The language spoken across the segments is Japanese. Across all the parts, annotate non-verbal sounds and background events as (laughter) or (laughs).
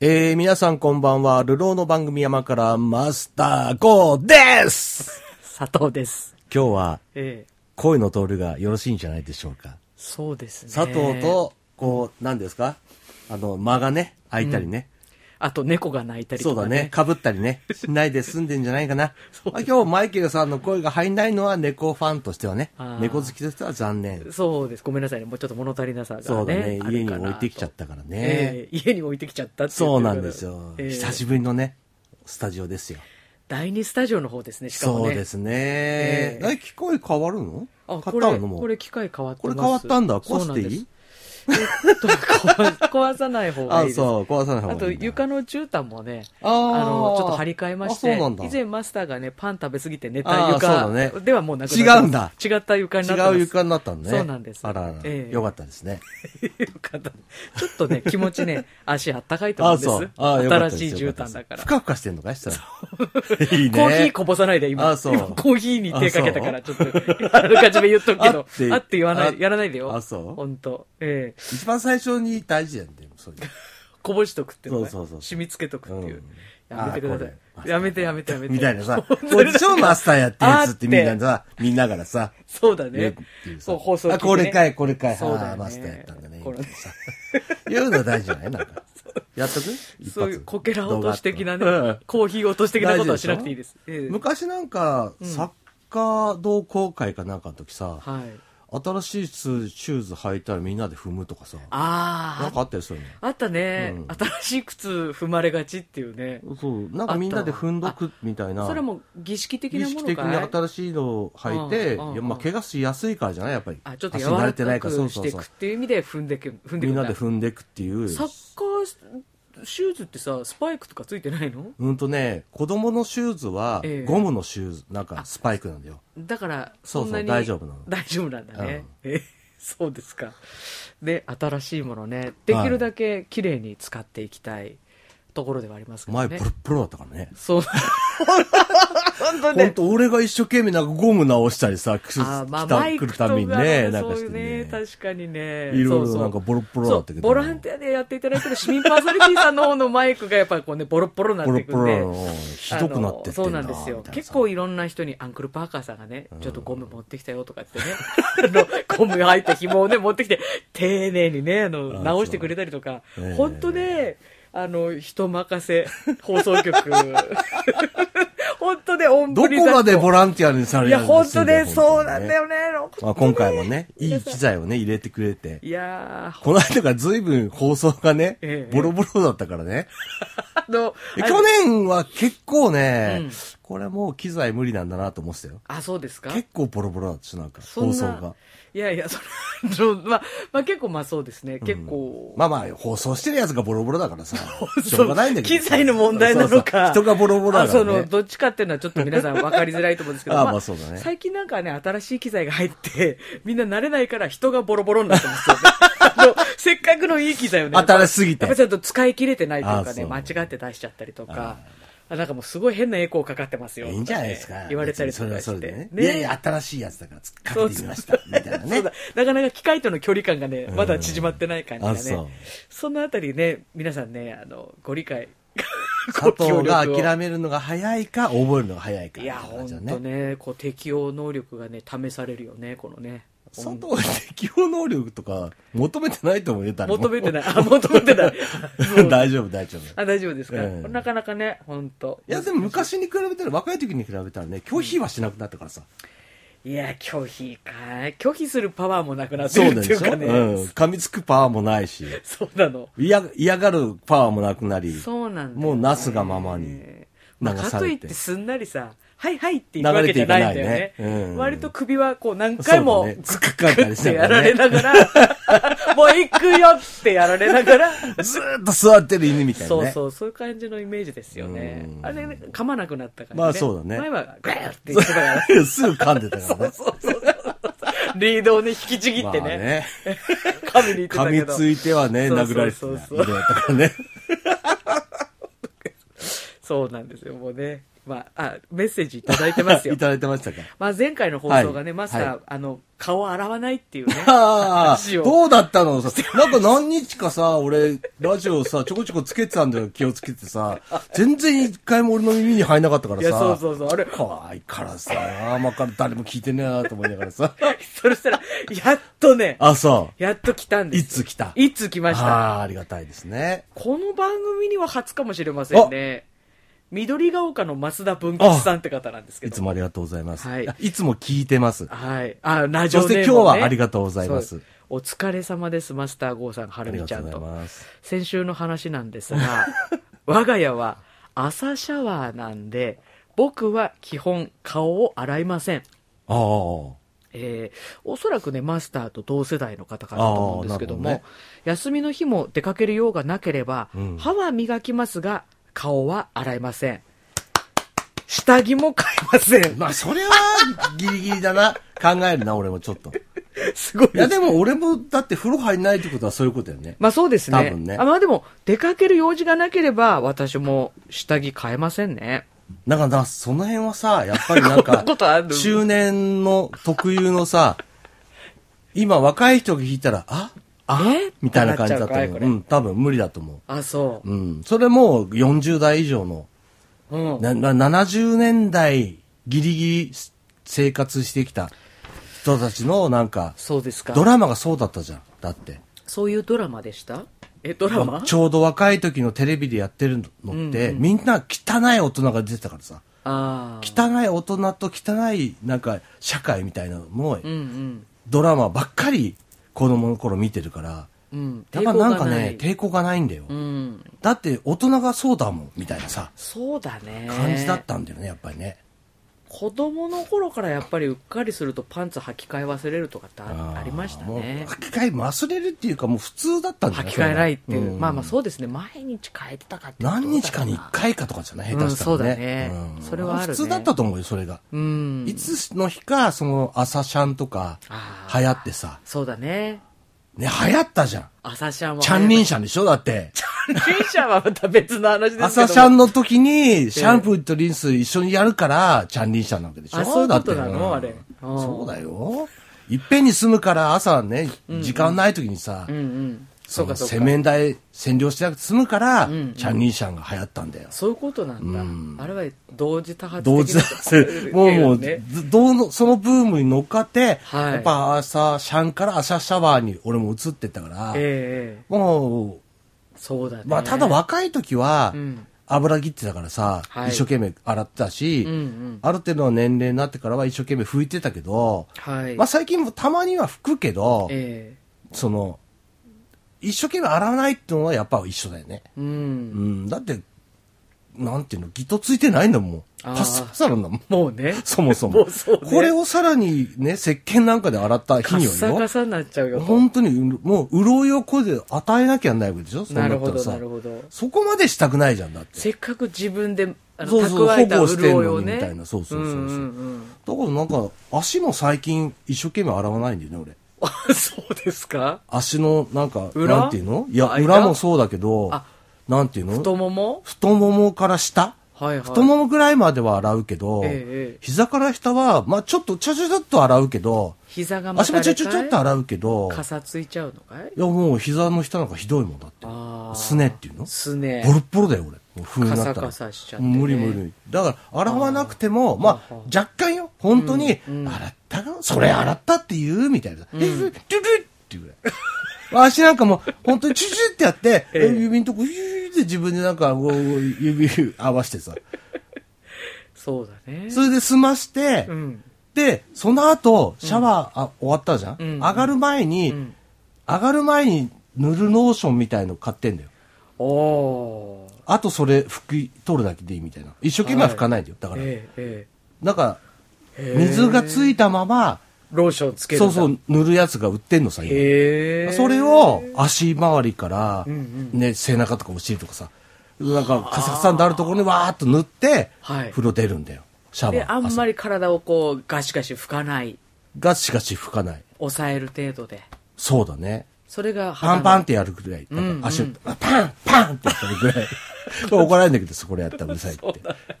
えー、皆さんこんばんは、流浪の番組山からマスター GO です佐藤です。今日はええ声の通りがよろしいんじゃないでしょうか。そうですね。佐藤。と、こう、何ですかあの、間がね、開いたりね。あと猫が鳴いたりとそうか、だねね。。かぶったりね。しないで済んでんじゃないかな。あ今日マイケルさんの声が入んないのは猫ファンとしてはねあ。ー猫好きとしては残念。そうです。ごめんなさいね。もうちょっと物足りなさがね。そうだね。あ家るにかなと置いてきちゃっ。たからね。ええ家に置いてきちゃったって言そってうるかならんですよ。ええ久しぶりのね、スタジオですよ。第二スタジオの方ですね、しかもね。。そうですすねえ。え、機械変わるの買あ、っこたれ、のもこう。れ機械変わってこまれす変わったんだ。そ壊うしなんてでいすいえっと壊 (laughs) 壊さない方がいあい、です。そう、壊さない方あがいいんだ。と床の絨毯もね、あーあのちょっと張り替えましあてそうなんだ以前マスターがねパン食べ過ぎて寝あたー床そうだねではもうなくなってます違うんだ違った床になってます違う床になったのね。そうなんですあらあら、ええよかったですね。 (laughs) よかったちょっ (laughs) とね、気持ちね、足あったかいとあ思うあ、んです。そう。ああ、よかった新ですしいよ絨かっ毯ただから。ですふコかふかしてんのかいしたら。 (laughs) いいね。ーヒーこぼさないで、今。あそう今、コーヒーに手かけたから、ちょっと、あらかじめ言っとくけ (laughs) あっどて、あって言わなあい、やらないでよ。あそうほんと。ええ一番最初に大事やんで、そういう。こぼしとくっていうのねそうそうそう染みつけとくっていううん。やめてくださあこい。れやめて、やめて、やめて。みたいな (laughs) さ、本当こにっちのマスターやってやつってみんなさ、みんなからさ、そうだ言うっねてい。さそう、放送聞いあ、てねこれかい、これかい、そうだよねあーマスターやったんだね。これみたいなさ (laughs) 言うの大事じゃないなんか。やっとく一発そういうこけら落とし的なね動画あって、コーヒー落とし的なことはしなくていいです。ええ昔なんか、サッカー同好会かなんかの時さ、はい。新しいシューズ履いたらみんなで踏むとかさ、あなんあかあったよ、そういうの。あったね、うん新しい靴踏まれがちっていうねそう、なんかみんなで踏んどくみたいな。それも儀式的意なも識の的にかい新しいのを履いて、うんうんうんいやまあ、怪我しやすいからじゃないやっぱり。あちょっと柔足慣られてないかかくら、そしていうそうそうくっ。ていう意味で踏んでけ踏んでみくんんなだで踏んでいくっていう。サッカーシューズってさスパイクとかついてないのうんとね、子供のシューズはええ、ゴムのシューズ、なんかスパイクなんだよ。だからそそうそうんなに大丈夫なの大丈夫なんだね、えそうですかで新しいものねできるだけ綺麗に使っていきたいところではありますけど前、ねプロプロだったからね。そう (laughs) 本当ほんと、俺が一生懸命なんかゴム直したりさ、くすあーまあ、来たマイ来クるとかためにね、なんそうかいしてうねね。確かにね。いろいそうろそうなんかボロッボロだったけど。そうボランティアでやっていただいてる市民パーソナリティさんの方のマイクがやっぱりこうね、ボロッボロになボっロてッくボんロでな。の、ひどくなってってんだあのそうなんですよみたいなさ結構いろんな人にアンクル・パーカーさんがね、ちょっとゴム持ってきたよとかってね、あのゴム入った紐をね、持ってきて、丁寧にね、ああのあ直してくれたりとかそうええ、本当ね、あの、人任せ、放送 (laughs) 局。本当ね、おんどぶりこだまっでこボランティアにされいるや、んで本す当よね、本そうなんだよね。まあ、今回 (laughs) もね、いい機材をね、入れてくれて。いやー、この間から随分放送がねえ、えボロボロだったからね。あの、であれ去年は結構ね、うんこれもう機材無理なんだなと思ってたよ。あ、そうですか結構ボロボロだったし、なんか、そん放な送が。いやいや、それ、その (laughs) まあ、まあ結構まあそうですね、結構。まあまあ、放送してるやつがボロボロだからさ、し (laughs) そょうがないんだけどさ。機材の問題なのか。そうそう人がボロボロだあからそね。の、どっちかっていうのはちょっと皆さん分かりづらいと思うんですけど。 (laughs) あまあそうだね最近なんかね、新しい機材が入って、みんな慣れないから人がボロボロになってます (laughs) よね。あの、せっかくのいい機材をね。新しすぎてやっぱちょっと使い切れてないというかね、間あ違そって出しちゃったりとか。あなんかもうすごい変なエコーかかってますよ。いいんじゃないですか。言われたりとかして。それはそれでね。ねいやいや、新しいやつだから、かけてみました。みたいな (laughs) そねう。だなかなか機械との距離感がね、まだ縮まってない感じがね。あそうそのあたりね、皆さんね、あの、ご理 (laughs) 解、佐藤がご協力を諦めるのが早いか、覚えるのが早いか。いや、みた本な感じだ当ね、こう適応能力がね、試されるよね、このね。佐藤は適応能力とか求めてないと思うよ、誰も求め (laughs) てない。あ、求めてない。大丈夫、大丈夫。あ、大丈夫ですか、ええなかなかね、本当いや、でも昔に比べたら、若い時に比べたらね、拒否はしなくなったからさ。いや、拒否かい。拒否するパワーもなくなってそうるでっていしうょ、かうね。ん。噛みつくパワーもないし、そうなの。嫌、嫌がるパワーもなくなり、そうなんだよね、もうなすがままにまあ、流されてかといってすんなりさ、はいはいって言うわけじゃないんだよね。流れていかないねうん割と首はこう何回もそうだねズつっかえたりっしてなやがらられねながら、もう行くよってやられながら、ずーっと座ってる犬みたいなそうね。そう、そういう感じのイメージですよねう。んあれ、ね、噛まなくなったからね。まあそうだね前はグーって言ってたから、すぐ噛んで (laughs) たからね。リードをね、引きちぎってまあね、ね噛みに行ってた噛けみど。ついてはね、そうそう殴られてたそう犬そうだったからね。そうなんですよ、もうね。まあ、あ、メッセージいただいてますよ (laughs) い。ただいてましたかまあ、前回の放送がはね、いマスター、はあの、顔を洗わないって (laughs) いうね。ああ、話をどうだったのさ、なんか何日かさ、俺、ラジオさ、ちょこちょこつけてたんだよ、気をつけてさ。全然一回も俺の耳に入んなかったからいさ。や、そうそうそう。あれ、 (laughs) 怖いからさ、あんまから誰も聞いてねえなと思いながらさ。それしたら、やっとね、(laughs) あ、そやっと来たんう。でいす。つ来たいつ来ました。ああー、ありがたいですね。この番組には初かもしれませんね。緑ヶ丘の増田文吉さんって方なんですけいどつ。もありがとうございます。はいい、つも聞いてます。はい。あ、ラジそオネームねして今日はありがとうございまそうす。お疲れ様です、マスターゴーさん、はあるりみがちとゃうごんざいと。ます。先週の話なんですが、我が家は朝シャワーなんで、僕は基本顔を洗いません。ああ、えーおそらくね、マスターと同世代の方かなと思うんですけども、あーなるほ休みの日も出かける用がなければ、うん歯は磨きますが、顔は洗いません。下着も買いま (laughs) せん。まあ、それはギリギリだな。 (laughs) 考えるな、俺もちょっと。すごいいでや、す。でも俺も、だって風呂入んないってことはそういうことだよね。まあそうですね。多分ねあまあでも、出かける用事がなければ、私も下着買えませんね。なんかな、その辺はさ、やっぱりな (laughs) こんんなかことある、中年の特有のさ、今若い人が聞いたら、ああえみたいな感じだなとっちゃうか思。いうこれうん、多分無理だと思。あ、そううん。それも40代以上の、う。うん。なな70年代ギリギリ生活してきた人たちのなんか、そうですか。ドラマがそうだったじゃん。だって。そういうドラマでしたえ、ドラマちょうど若い時のテレビでやってるのって、みんな汚い大人が出てたからさ。ああ。汚い大人と汚いなんか社会みたいなのをうんうん。ドラマばっかり子供の頃見てるからうん。やっぱなんか抵抗ねがない抵抗がないんだよ、うん。だって大人がそうだもんみたいなさそうだね。感じだったんだよねやっぱりね子供の頃からやっぱりうっかりするとパンツ履き替え忘れるとかってあーありましたもうね。履き替え忘れるっていうかもう普通だったんだ履よき替えないっていう。んまあまあそうですね。毎日変えてたかってことだな何日かに1回かとかじゃない下手したらね、うんそうだねそれはあるね普通だったと思うよそれが、うん。いつの日かその朝シャンとかあー流行ってさそうだね。ね流行ったじゃん朝シャンは。チャンリンシャンでしょ (laughs) だってャン。チャンリンシャンはまた別の話ですけども。朝シャンの時に、シャンプーとリンス一緒にやるから、チャンリンシャンなわけでしょあそういうことなのだってうんあれうんそうだよ。いっぺんに済むから、朝ね、時間ない時にさ (laughs) う、んうん。そそうのかそうか。洗面台占領しなくて済むからんうん、チャンリンシャンが流行ったんだよ。そういうことなんだ。うんあれは同時多発的な同時だ (laughs) もうもう、ねずどうのそのブームに乗っかって、はいやっぱ朝シャンから朝シャワーに俺も移ってったから、ええもそうだね。う、まあただ若い時はうん、油切ってたからさは、い一生懸命洗ってたし、うんうん。ある程度の年齢になってからは一生懸命拭いてたけど、はい。まあ、最近もたまには拭くけど、えその、一生懸命洗わないってのはやっぱ一緒だよね。えうんう。ん、だって、なんていうの、ギトついてないんだもん。あパーッサパサなんだもん。もうね。 (laughs) そもそもも。うそうねこれをさらにね、石鹸なんかで洗った日カッにサはカよ。サになっちゃうよと。本当に、もう、潤いをこれで与えなきゃいけないわけでしょそうななるっほたらど、なさる。ほど。そこまでしたくないじゃん、だって。せっかく自分で、あの、そうそう蓄えた保護してん潤のにいをね。みたいなそうそうそうそうんうんだからなんか、足も最近一生懸命洗わないんだよね、俺。あ、そうですか足の、なんか、裏なんていうのいや、間裏もそうだけどあ、なんていうの太もも太ももから下はいはい。太ももぐらいまでは洗うけど、ええ膝から下は、まあちょっとちょちょちょっと洗うけど、膝がま足たあもれちかいょちょちょっと洗うけど、かさついちゃうのかいいやもう膝の下なんかひどいもんだって。あーすねっていうのすねボ。ロッボロだよ、俺。もう風になったら。カサカサしちゃってね無理無理。だから、洗わなくても、まあ、若干よ、本当に、洗ったかそれ洗ったって言うみたいな。え、ドゥルッっていうぐらい。 (laughs) 足なんかもう、本当にチュチュってやって、ええ指のとこ、ヒューって自分でなんか、こう、指合わしてさ。そうだね。それで済ましてう、ん。で、その後、シャワーあ終わったじゃんんうん上がる前にん、上がる前に塗るノーションみたいの買ってんだよ。おー。あとそれ拭き取るだけでいいみたいな。一生懸命は拭かないでよ。だから、えええなんか、え水がついたまま、えローションつけるんそだうそう、塗るやつが売ってんのさ、今へえそれを足周りから、んね、背中とかお尻とかさ、なんか、カサカサになるところにわーっと塗って、はい風呂出るんだよ。シャワでー。あん朝まり体をこうガシガシ拭かないガチガチ拭かない。抑える程度でそうだね。それが肌パのンパンってやるぐらい。んうん足を、パンパンってやった (laughs) ぐらい。これ怒られるんだけど、そこでやったらうるさいって。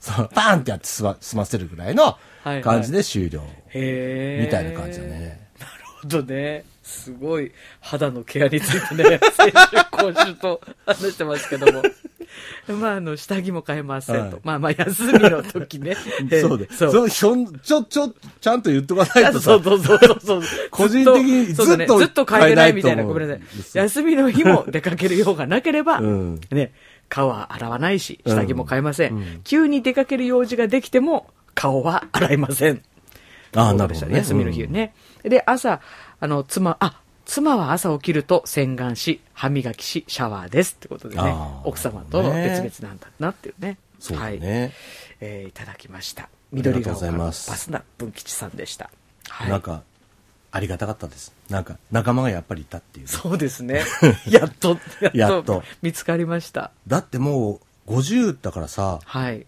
そうパンってやって済ま済ませるぐらいのいはい感じで終了。へーみたいな感じだね。なるほどね。すごい肌のケアについて (laughs) ね、先週、今週と話してますけども。 (laughs) まあ、あの、下着も買えませんと。はい。まあまあ、休みの時 (laughs) ねそうで。そう。そうひょんちょ、ちょ、ちゃんと言っとかないとそうさ。そうそうそう (laughs) そう。個人的にずっとそうだねずっとずっと買えてないみたいな、買えなごめいと思うんなさい。休みの日も出かける用がなければ、うんね、顔は洗わないし、うん下着も買えません。急に出かける用事ができても、顔は洗いません。ああそうなでるしほたどねね休みの日ね。で、朝、あの、妻、あ、妻は朝起きると洗顔し、歯磨きし、シャワーですってことでねあ、ー奥様との別々なんだなっていうね。そうだはい。ね。えーいただきました。りがと緑うご川ざいのまバすスナ文吉さんでした。はい。なんか、ありがたかったです。なんか、仲間がやっぱりいたっていうね。そうです (laughs) ね。やっと、やっと、やっと見つかりました。だってもう、50だからさ、はい。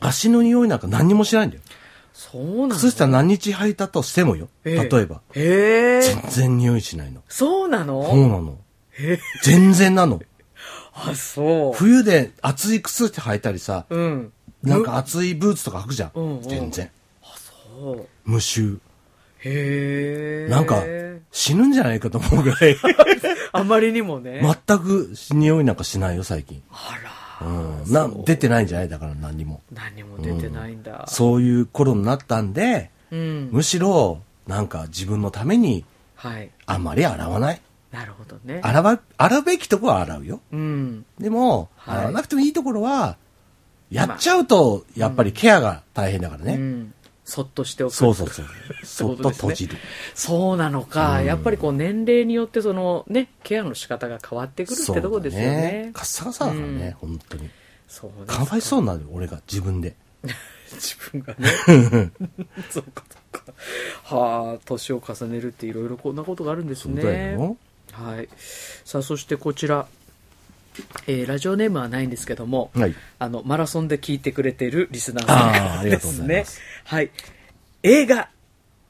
足の匂いなんか何にもしないんだよ。そうなんだ。靴下何日履いたとしてもよ。ええ例えば。へえ全然匂いしないの。そうなそうのなの。全然なの。あ、そう。冬で厚い靴って履いたりさ、うん。なんか厚いブーツとか履くじゃうんうんん。全然。あ、そう。無臭。へえなんか、死ぬんじゃないかと思う (laughs) ぐらい。あまりにもね。全く匂いなんかしないよ、最近。あうら、ん。な、出てないんじゃないだから何にも。何も出てないんだ。そういう頃になったんで、う。ん。むしろ、なんか自分のために、はい。あんまり洗わない。なるほどね。洗わ、洗うべきとこは洗うよ。うん。でも、はい洗わなくてもいいところは、やっちゃうと、やっぱりケアが大変だからね。うん。そっとしておく。そうそうそう。そこっととですね閉じる。そうなのか、やっぱりこう年齢によってそのねケアの仕方が変わってくるってとこですよそうだねねカッサカサだからね、本当に。そうですかわいそうになるよ、俺が、自分で。自分が (laughs) ねそうかそうかはあ年を重ねるっていろいろこんなことがあるんですそうだねよ。はいさあそしてこちら、えーラジオネームはないんですけども、はい。あのマラソンで聞いてくれているリスナーさんかあーらありがでとうごすざいねますはい映画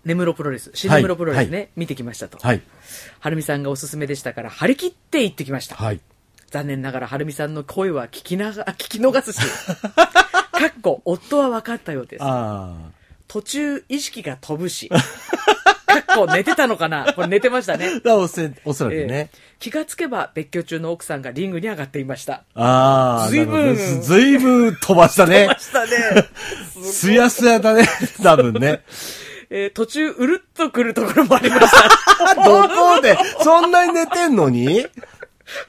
根室プロレス新根室プロレスね、は見てきましたと、はい。はるみさんがおすすめでしたから張り切って行ってきました、はい。残念ながらはるみさんの声は聞きなが (laughs) 聞き逃す (laughs) しかっこ夫は分かったようですあ途中意識が飛ぶしかっこ寝てたのかなこれ寝てましたねあ。だおせ、おそらくえねえ。気がつけば別居中の奥さんがリングに上がっていましたああ、ずいぶんなるほどずいぶん飛ばしたね。したね、すやすやだね、 (laughs) 多分ね。 (laughs) えー途中うるっとくるところもありま (laughs) したあどこで、そんなに寝てんのに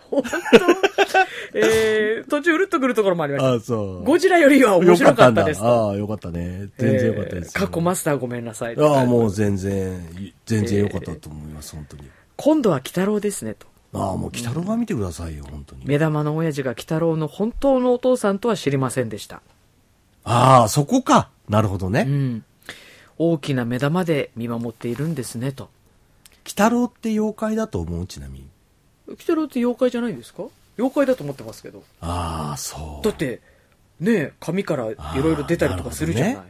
本当、えー、途中うるっとくるところもありました。あそう。ゴジラよりは面よか白っかたっんただです。ああ、よかったね。全然よかったですえーよ。過去マスターごめんなさい。ああ、もう全然、全然よかったと思います、本当に。今度は鬼太郎ですねと。ああ、もう鬼太郎は見てくださいよ、本当に。目玉の親父が鬼太郎の本当のお父さんとは知りませんでした。ああ、そこか。なるほどうね。ん。大きな目玉で見守っているんですねと。鬼太郎って妖怪だと思う、ちなみに。鬼太郎って妖怪じゃないんですか妖怪だと思ってますけど。ああ、そだって、ねえ、髪からいろいろ出たりとかするじゃない。あーなる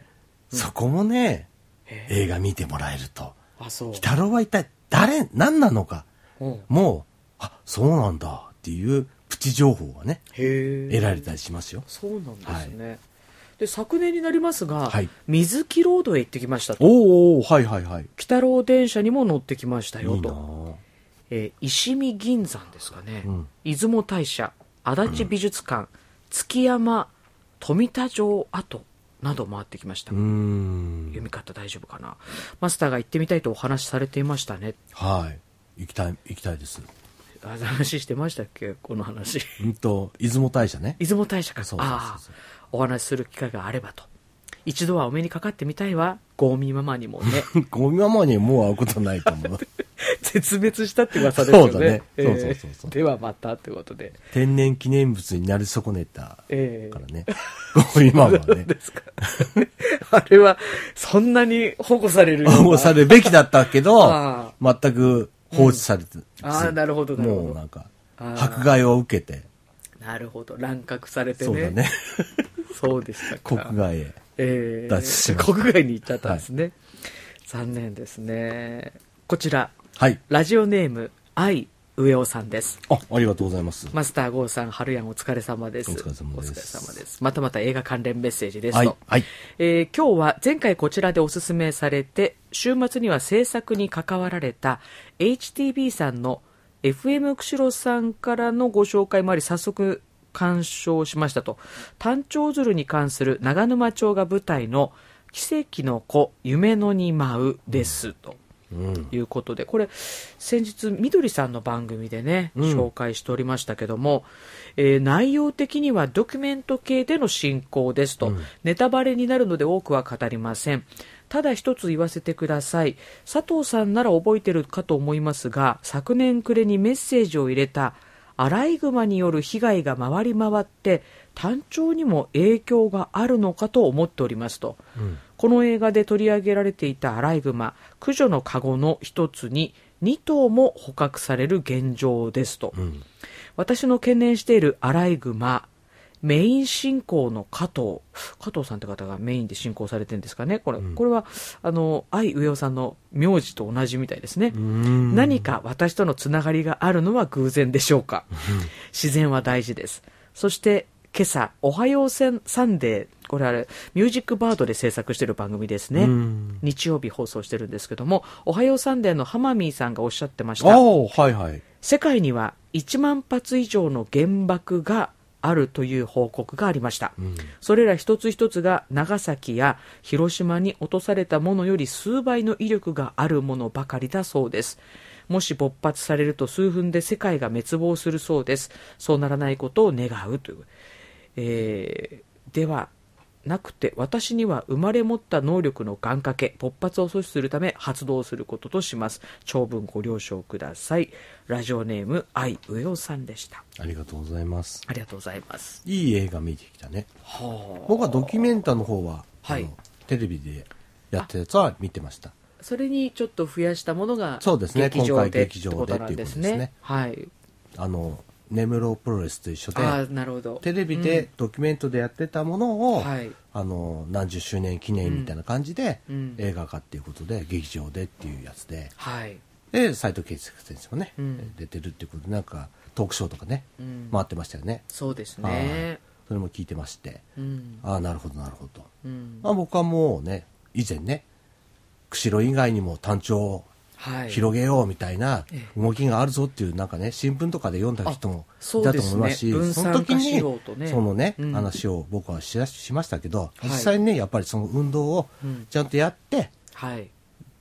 う。そこもね、へ映画見てもらえると。あ、そう。鬼太郎は一体誰、何なのか。うん、へもう、あ、そうなんだっていうプチ情報がね、え。得られたりしますよ。そうなんですね、で昨年になりますが、はい水木ロードへ行ってきましたとおーおーはいはいはい。鬼太郎電車にも乗ってきましたいよいとなあえー石見銀山ですかね、うん出雲大社足立美術館、築山富田城跡など回ってきました、うーん読。み方大丈夫かなマスターが行ってみたいとお話しされていましたねはい。行きたい、行きたいです。あ話してましたっけこの話うんと、出雲大社ね。出雲大社かそうそうそうそうああお話しする機会があればと一度はお目にかかってみたいわゴーミーママにも (laughs) ねゴミママにもう会うことない (laughs) と思う。絶滅したって噂ですよね。そうだねえーそうそうそうそうではまたってことで。天然記念物になり損ねたえから (laughs) ね。ゴミママはね。ー、あれは、そんなに保護されるような保護されるべきだったけどあ、全く放置されて、ああ、なるほど、なるもうほなんか、あー迫害を受けて、ど。なるほど。乱獲されてね。そう (laughs) だね。そうでした国か。外へ。え脱出しまー、した国外に行っちゃったんですね。残念ですね。こちら、はい。ラジオネーム、愛上尾さんです。あ、ありがとうございます。マスターゴーさん、春やんお疲れ様です。お疲れ様ですお疲れ様ですまたまた映画関連メッセージですと。はい、はい。えー今日は前回こちらでおすすめされて週末には制作に関わられた HTB さんの FM 釧路さんからのご紹介もあり早速鑑賞しましたと単調鶴に関する長沼町が舞台の「奇跡の子夢のに舞う」ですと。うん。いうことで、これ、先日、みどりさんの番組でね、うん紹介しておりましたけども、えー内容的にはドキュメント系での進行ですと、ネタバレになるので多くは語りません。ただ一つ言わせてください。佐藤さんなら覚えてるかと思いますが、昨年暮れにメッセージを入れた、アライグマによる被害が回り回って、単調にも影響があるのかと思っておりますと。この映画で取り上げられていたアライグマ、駆除のカゴの一つに2頭も捕獲される現状ですと。うん。私の懸念しているアライグマ、メイン進行の加藤、加藤さんって方がメインで進行されてるんですかね。これ、これは、あの、愛上尾さんの名字と同じみたいですね。うん。何か私とのつながりがあるのは偶然でしょうか自然は大事ですそして今朝「おはようせんサンデー」これあれミュージックバードで制作してる番組ですね、うん日曜日放送してるんですけども「おはようサンデー」のハマミーさんがおっしゃってましあたあ、はいはい。世界には1万発以上の原爆があるという報告がありました、それら一つ一つが長崎や広島に落とされたものより数倍の威力があるものばかりだそうですもし勃発されると数分で世界が滅亡するそうですそうならないことを願うという、えーではなくて私には生まれ持った能力の願掛け勃発を阻止するため発動することとします長文ご了承くださいラジオネーム愛上尾さんでしたありがとうございます。ありがとうございますいい映画見てきたね。は僕はドキュメンタの方は、はいあのテレビでやったやつは見てました。あそれにちょっと増やしたものがそうですね劇場今回で劇場っでてことなんですねっていうはいあの、根室プロレスと一緒で、ああなるほどテレビでドキュメントでやってたものを、はいあの何十周年記念みたいな感じで、うん映画化っていうことで劇場でっていうやつではいで斉藤圭介先生もね、うん出てるっていうことでなんかトークショーとかね、うん回ってましたよねそうですはいねそれも聞いてましてうんああなるほどなるほどと、うんまあ、僕はもうね以前ね釧路以外にも単調をはい広げようみたいなえ動きがあるぞっていうなんかね新聞とかで読んだ人もあそいうたでと思すいねます分しその散時化しにようとねそのねうん話を僕はしだしましたけどい実際にねやっぱりその運動をうんちゃんとやってはい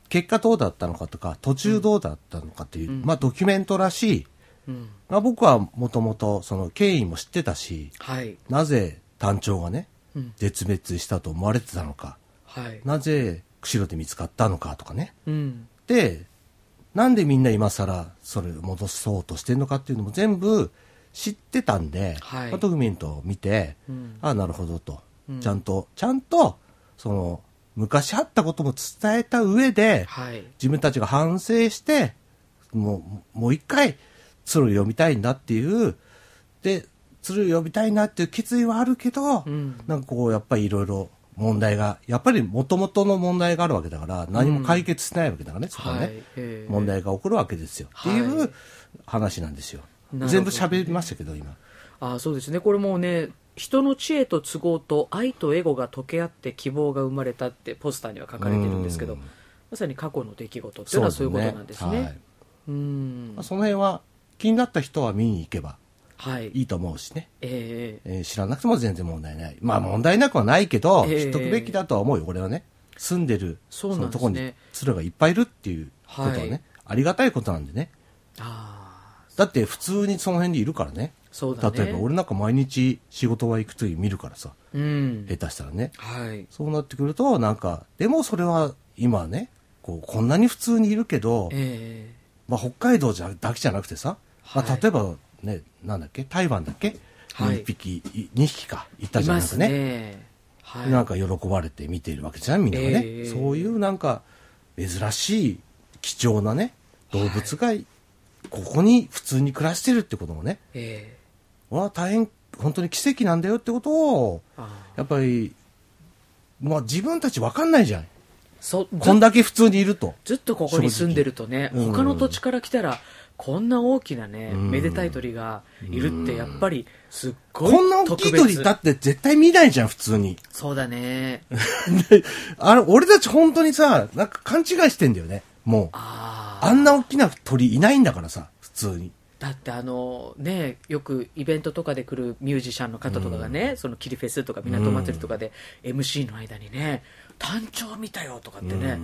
結果どうだったのかとか途中どうだったのかっていううんまあドキュメントらしいうんまあ僕はもともとその経緯も知ってたしはいなぜ単調がねうん絶滅したと思われてたのかはいなぜ釧路で見つかったのかとかねうんでなんでみんな今更それを戻そうとしてるのかっていうのも全部知ってたんで、はいまあドキュメントを見て、うんああなるほどと、うんちゃんとちゃんとその昔あったことも伝えた上ではい自分たちが反省してもうもう一回鶴を読みたいんだっていうで鶴を読みたいなっていう決意はあるけど、うんなんかこうやっぱりいろいろ問題がやっぱりもともとの問題があるわけだから何も解決しないわけだからね、そこはね、はいええ問題が起こるわけですよ、はいっていう話なんですよなるほど全部喋りましたけど今ああそうですねこれもうね人の知恵と都合と愛とエゴが溶け合って希望が生まれたってポスターには書かれてるんですけどうんまさに過去の出来事っていうのはそういうことなんですねはいうんまあ、その辺は気になった人は見に行けばはいいいと思うしね、えええー知らなくても全然問題ないまあ問題なくはないけど、ええ知っとくべきだとは思うよ俺はね住んでるそうなんですねのとこに鶴がいっぱいいるっていうことはね、はいありがたいことなんでねああだって普通にその辺にいるからねそうだね例えば俺なんか毎日仕事は行くと見るからさうん下手したらねはいそうなってくるとなんかでもそれは今ねこうこんなに普通にいるけど、ええまあ、北海道じゃだけじゃなくてさ、まはあ、い例えばねなんだっけ台湾だっけ、はい1匹い2匹かいたいじゃまなくすねねはいなんか喜ばれて見ているわけじゃんみんながね、ええそういうなんか珍しい貴重なね動物がここに普通に暮らしてるってこともねええわあ大変本当に奇跡なんだよってことをああやっぱり、まあ、自分たち分かんないじゃんそうこんだけ普通にいるとずっとここに住んでるとね、正直他の土地から来たら、こんな大きなね、うんめでたい鳥がいるって、やっぱり、すっごいこんな大特きい別鳥だって絶対見ないじゃん、普 (laughs) 通に。そうだね。あれ、俺たち本当にさ、なんか勘違いしてんだよね。もう。ああ。あんな大きな鳥いないんだからさ、普通に。だってあのね、よくイベントとかで来るミュージシャンの方とかがね、そのキリフェスとか港祭りとかで MC の間にね、単調見たよとかってね、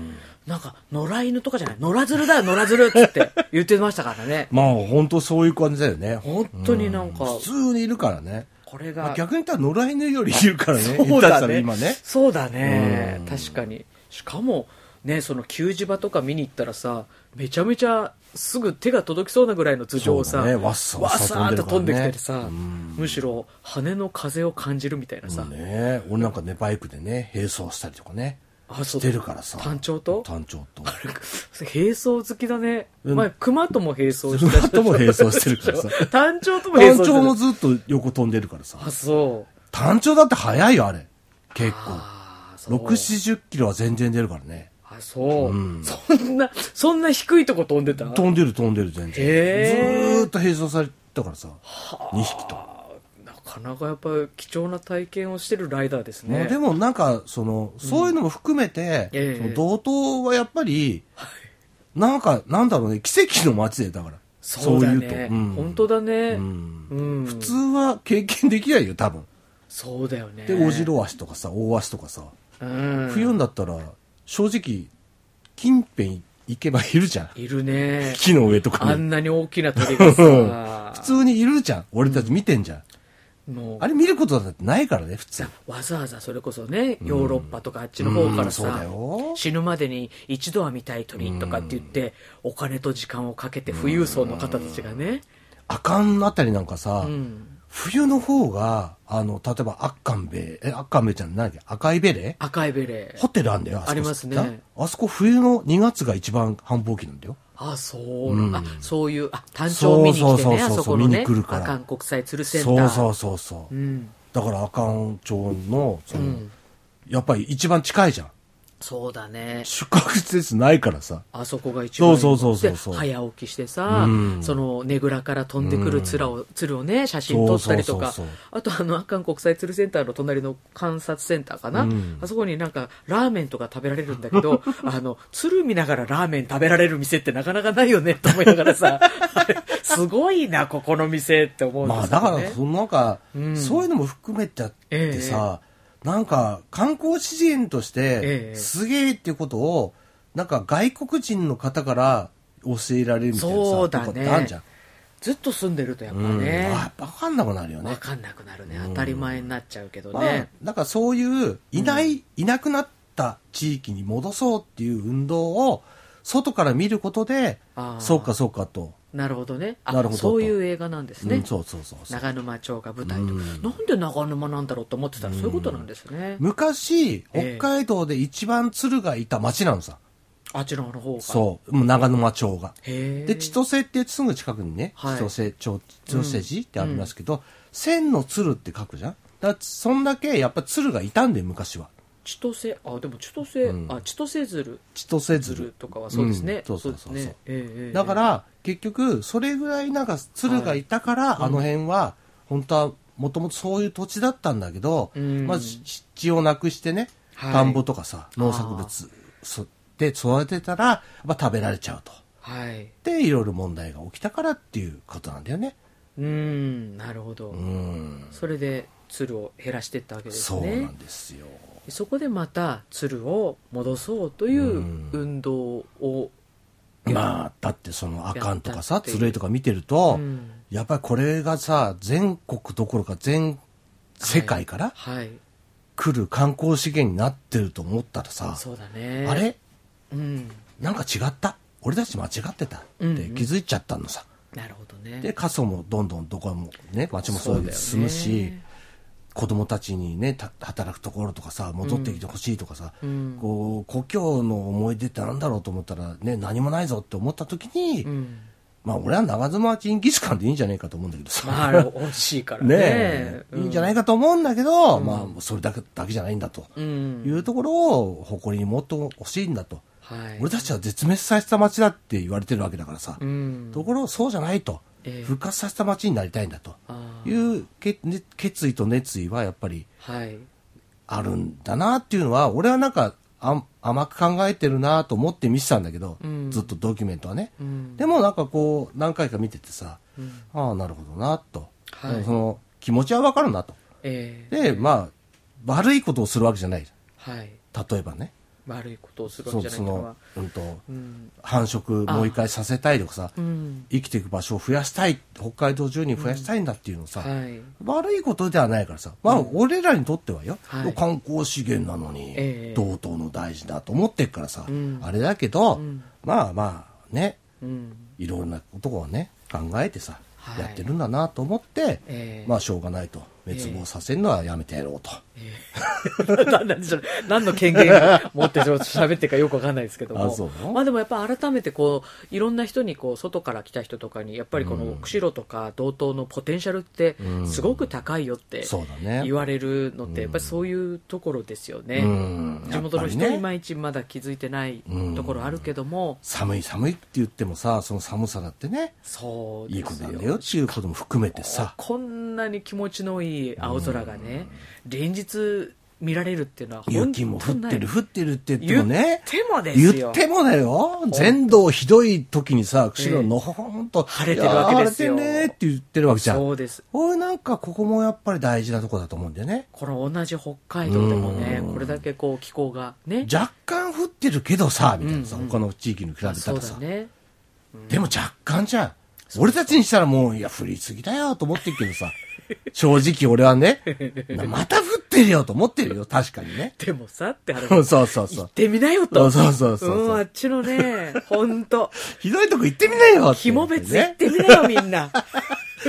なんか野良犬とかじゃない、野良鶴だよ、野良鶴っつって言ってましたから (laughs)。ねまあ、本当そういう感じだよね。本当になんか、普通にいるからね。これまあが、逆に言ったら野良犬よりいるからね。そう下手しただらね今ね。そうだね確かにしかもねその給仕場とか見に行ったらさめちゃめちゃすぐ手が届きそうなぐらいの頭上をそうさ、だねわっさわっさわっさーっと飛飛んんででるきからねててさ、むしろ羽の風を感じるみたいなさ、ね俺なんかね、バイクでね、並走したりとかね。あそうしてるからさ。単調と単調と。並走好きだね、うん前熊とも並走してた馬とも並走して (laughs) るからさ。単調とも並単走して調もたずっと横飛んでるからさ。あそう単調だって速いよ、あれ。結構。あーそう6、70キロは全然出るからね。あそう、そんなそんな低いとこ飛んでた飛んでる飛んでる全然。ずへーーっと並走されたからさ。2匹と。なかなかやっぱり貴重な体験をしてるライダーですね。まあでもなんか、その、そういうのも含めて、ええその同等はやっぱり、なんか、なんだろうね、奇跡の街で、だから。そうだいね。うん本当だね。う。うんん普通は経験できないよ、多分。そうだよね。で、オジロワシとかさ、オオワシとかさ、うん。冬になったら、正直、近辺行けばいるじゃん。いる (laughs) ね。木の上とかあに。んなに大きな鳥がさ、普通にいるじゃん。俺たち見てんじゃん。 (laughs) もあれ見ることだってないからね、普通。う、わざわざそれこそね、ヨーロッパとかあっちの方からうんそうさだ、よ死ぬまでに一度は見たい鳥とかって言って、お金と時間をかけて富裕層の方たちがね、アカンあたりなんかさ、うん。冬の方が、あの、例えば、アッカンベえ、アッカンベじゃないなんだっけ赤いベレー赤いベレーホ。テルあんだよ、あそこありますねあそこ冬の2月が一番繁忙期なんだよ。あ、そうな、ん、あ、そういう、あ、単調見に来てそうそうそうね、そあうそこの見ねに来る、かアらカン国際ツルセンター。そうそうそうそう。んだから、アカン町の、その、やっぱり一番近いじゃん。そうだね。宿泊施設ないからさ。あそこが一番いいそうそうそうそうで早起きしてさ、そのねぐらから飛んでくる鶴を,、鶴をね写真撮ったりとかそうそうそうあとあのアカン国際鶴センターの隣の観察センターかな、あそこになんかラーメンとか食べられるんだけ (laughs) どあの鶴見ながらラーメン食べられる店ってなかなかないよねと思いながらさ (laughs) あれすごいなここの店って思うんでまあ、すだよね、から、そのなんか、そういうのも含めちゃってさ、なんか、観光資源としええて、すげえっていうことを、なんか外国人の方から教えられるみたいなさ、そうだねとかってあるじゃん。ずっと住んでるとやっぱうんね、あ、わかんなくなるよわね。かんなくなるね当たり前になっちゃうけどまねあ、、なんかそういう、いない、いなくなった地域に戻そうっていう運動を、外から見ることであ、ーそうかそうかと。なるほどねあなるほどとそういう映画なんですね、うんそうそうそうそう。長沼町が舞台と、なんで長沼なんだろうと思ってたらそういうことなんですね、昔、ええ北海道で一番鶴がいた町なのさ。あちらの方がそう。もう長沼町が。へえで、千歳ってすぐ近くにね、はい千歳町、千歳寺ってありますけど、千の鶴って書くじゃんだからそんだけやっぱ鶴がいたんで、昔は。千歳あでも千歳、あ千歳鶴千鶴歳鶴。とかはそうですね、うんそうそうそうそうですねええええだから、結局、それぐらいなんか鶴がいたから、あの辺は、本当はもともとそういう土地だったんだけど、うんまあ、し湿地をなくしてね、はい田んぼとかさ、農作物そで育てたら、やっぱ食べられちゃうと。はいで、いろいろ問題が起きたからっていうことなんだよね。うんなるほど、うん。それで鶴を減らしていったわけですそうなねんですよ。そこでまた鶴を戻そうという運動を、まあ、だってそのアカンとかやさ、ったっていうつるいとか見てると、うんやっぱりこれがさ、全国どころか全世界からはい来る観光資源になってると思ったらさ、そうだねあれうんなんか違った。俺たち間違ってたって気うんうんづいちゃったのさ。なるほどねで、過疎もどんどんどこもね、街もそそううだよね進むし、子供たちにね、た働くところとかさ、戻ってきてほしいとかさ、うんこう、故郷の思い出ってなんだろうと思ったら、ね、何もないぞって思った時に、 (laughs) うんまあ俺は長妻ジンギスカンでいいんじゃないかと思うんだけどさ。 (laughs) まあ、惜しいからね。ねえ、いいんじゃないかと思うんだけど、まあそれだけだけじゃないんだと、うん。いうところを誇りに持ってほしいんだと。はい俺たちは絶滅させた町だって言われてるわけだからさ、うんところそうじゃないと、ええ復活させた町になりたいんだとあーいうけね決意と熱意はやっぱりはいあるんだなっていうのは俺はなんかあ甘く考えてるなと思って見てたんだけど、うんずっとドキュメントはね、うんでもなんかこう何回か見ててさ、ああなるほどなと、はいその気持ちはわかるなとええでまあ悪いことをするわけじゃないはい例えばね悪いことをするわそけじゃないそのはの、うんとうん繁殖もう一回させたいとかさ、うん生きていく場所を増やしたい北海道中に増やしたいんだっていうのをさ、はい悪いことではないからさ、まあ、俺らにとってはよ、はい観光資源なのに、ええ同等の大事だと思ってるからさ、うんあれだけど、んまあまあねうんいろんなことをね考えてさ、はいやってるんだなと思って、ええまあしょうがないと滅亡させるのはやめてやろうと、何 (laughs) なんでしょう何の権限持ってちょっと喋ってるかよくわかんないですけどもあそうまあでもやっぱ改めてこういろんな人にこう外から来た人とかにやっぱりこの釧路とか道東のポテンシャルってすごく高いよってそうだね言われるのってやっぱりそういうところですよねうん地元の人やっぱりいねまいちまだ気づいてないところあるけども寒い寒いって言ってもさその寒さだってねそうですいいことなんだよっていうことも含めてさこんなに気持ちのいい青空がね連日見られるっていうのは本当雪にも降ってるない降ってるって言っても言っねてもですよ言ってもだよ全道ひどい時にさ釧路のほほんと晴れてるわけですよいやー晴れてねって言ってるわけじゃんそうですこれなんかここもやっぱり大事なとこだと思うんだよねこの同じ北海道でもねこれだけこう気候がね若干降ってるけどさみたいなさ、他の地域に比べたらさ、そうだ (laughs) ねでも若干じゃん俺たちにしたらもういや降りすぎだよと思ってるけどさ正直俺 (laughs) はねなまた降ってるよと思ってるよ確かにねでもさってあれそう行そうそうそうってみなよそとうそうそうそううんあっちのね本 (laughs) 当ひどいとこ行ってみなよって言肝ってね別行ってみなよみんな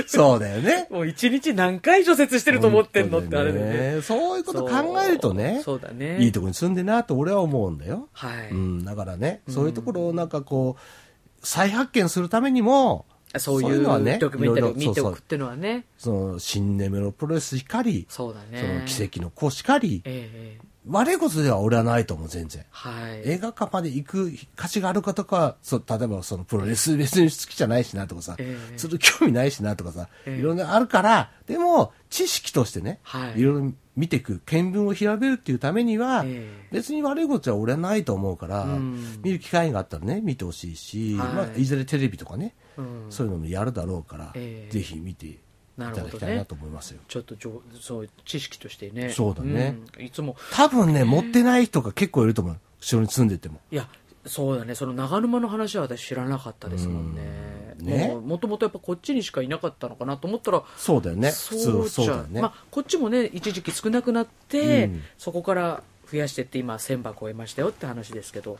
そうだよねもう一日何回除雪してると思ってんのってあれだよねねそういうこと考えるとそねうそうだねいいとこに住んでんなと俺は思うんだよ、はいうん、だからねそういうところをなんかこう再発見するためにもそういそういうドうのはねキュメンタリーを見ていろいろそうそおうくってのはねその新根室プロレスしかりそうだねその奇跡の子しかりええええ悪いことでは俺はないと思う全然はい映画館まで行く価値があるかとかそう例えばそのプロレス別に好きじゃないしなとかさ、ええそれ興味ないしなとかさ、ええいろんなあるからでも知識としてね、はいろいろ見ていく見聞を広めるっていうためには、ええ別に悪いことは俺はないと思うから、ん見る機会があったらね見てほしいし、はいいまあ、いずれテレビとかね、うんそういうのもやるだろうから、ええぜひ見ていただきたいなと思いますよ。ちょっとじょそう知識としてねそうだね、うんいつも多分ね、持ってない人が結構いると思う。後ろに住んでても。いやそうだねその長沼の話は私知らなかったですもんねうんねもうもともとやっぱこっちにしかいなかったのかなと思ったらそうだよね。普通はそうじだゃよね。まあ、こっちもね一時期少なくなって、うんそこから増やしてって今1000箱超えましたよって話ですけど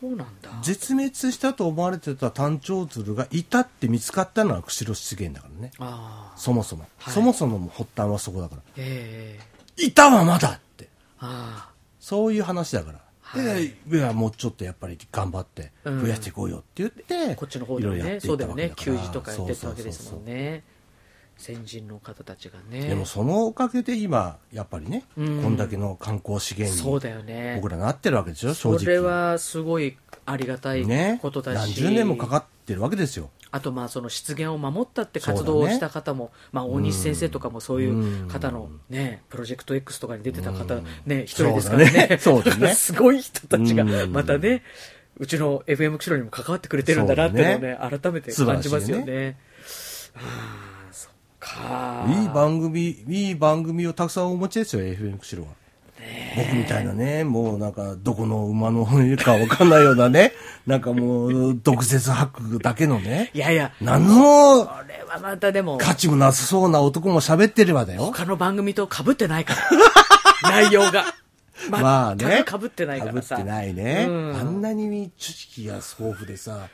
そうなんだ絶滅したと思われてたタンチョウツルがいたって見つかったのは釧路資源だからね。ああそもそも。はいそもそもの発端はそこだから。ええいたはまだって。あそういう話だから。はいで、いや、もうちょっとやっぱり頑張って、うん増やしていこうよって言って、あこっちの方でもいろいろやねってそいうっただよわけねだから給仕とかやってたわけですもんそうそうそうね先人の方たちがそうねでもそのおかげで今、やっぱりね、うんこんだけの観光資源そうだによね僕らなってるわけでしょ、正そ直。れはすごいありがたいね、ことだ何し、十年もかかってるわけですよ。あとまあその湿原を守ったって活動をした方も、まあ、大西先生とかもそういう方の、ね、プロジェクト X とかに出てた方、ね、一人ですから (laughs) ねそうだねそうだねすごい人たちがうんまたねうちの FM 釧路にも関わってくれてるんだなっていうのをね改めて感じますよ素晴らしいね。ああそっかいい番組、いい番組をたくさんお持ちですよ、FM 釧路は。僕みたいなね、もうなんか、どこの馬の骨かわかんないような (laughs) ね、なんかもう、毒舌吐くだけのね、いやいや何のこれはまたでも価値もなさそうな男も喋ってればだよ。 (laughs) 他の番組と被ってないから (laughs) 内容がまあね。全く被ってないからさ被ってないね。うんあんなに知識が豊富でさ、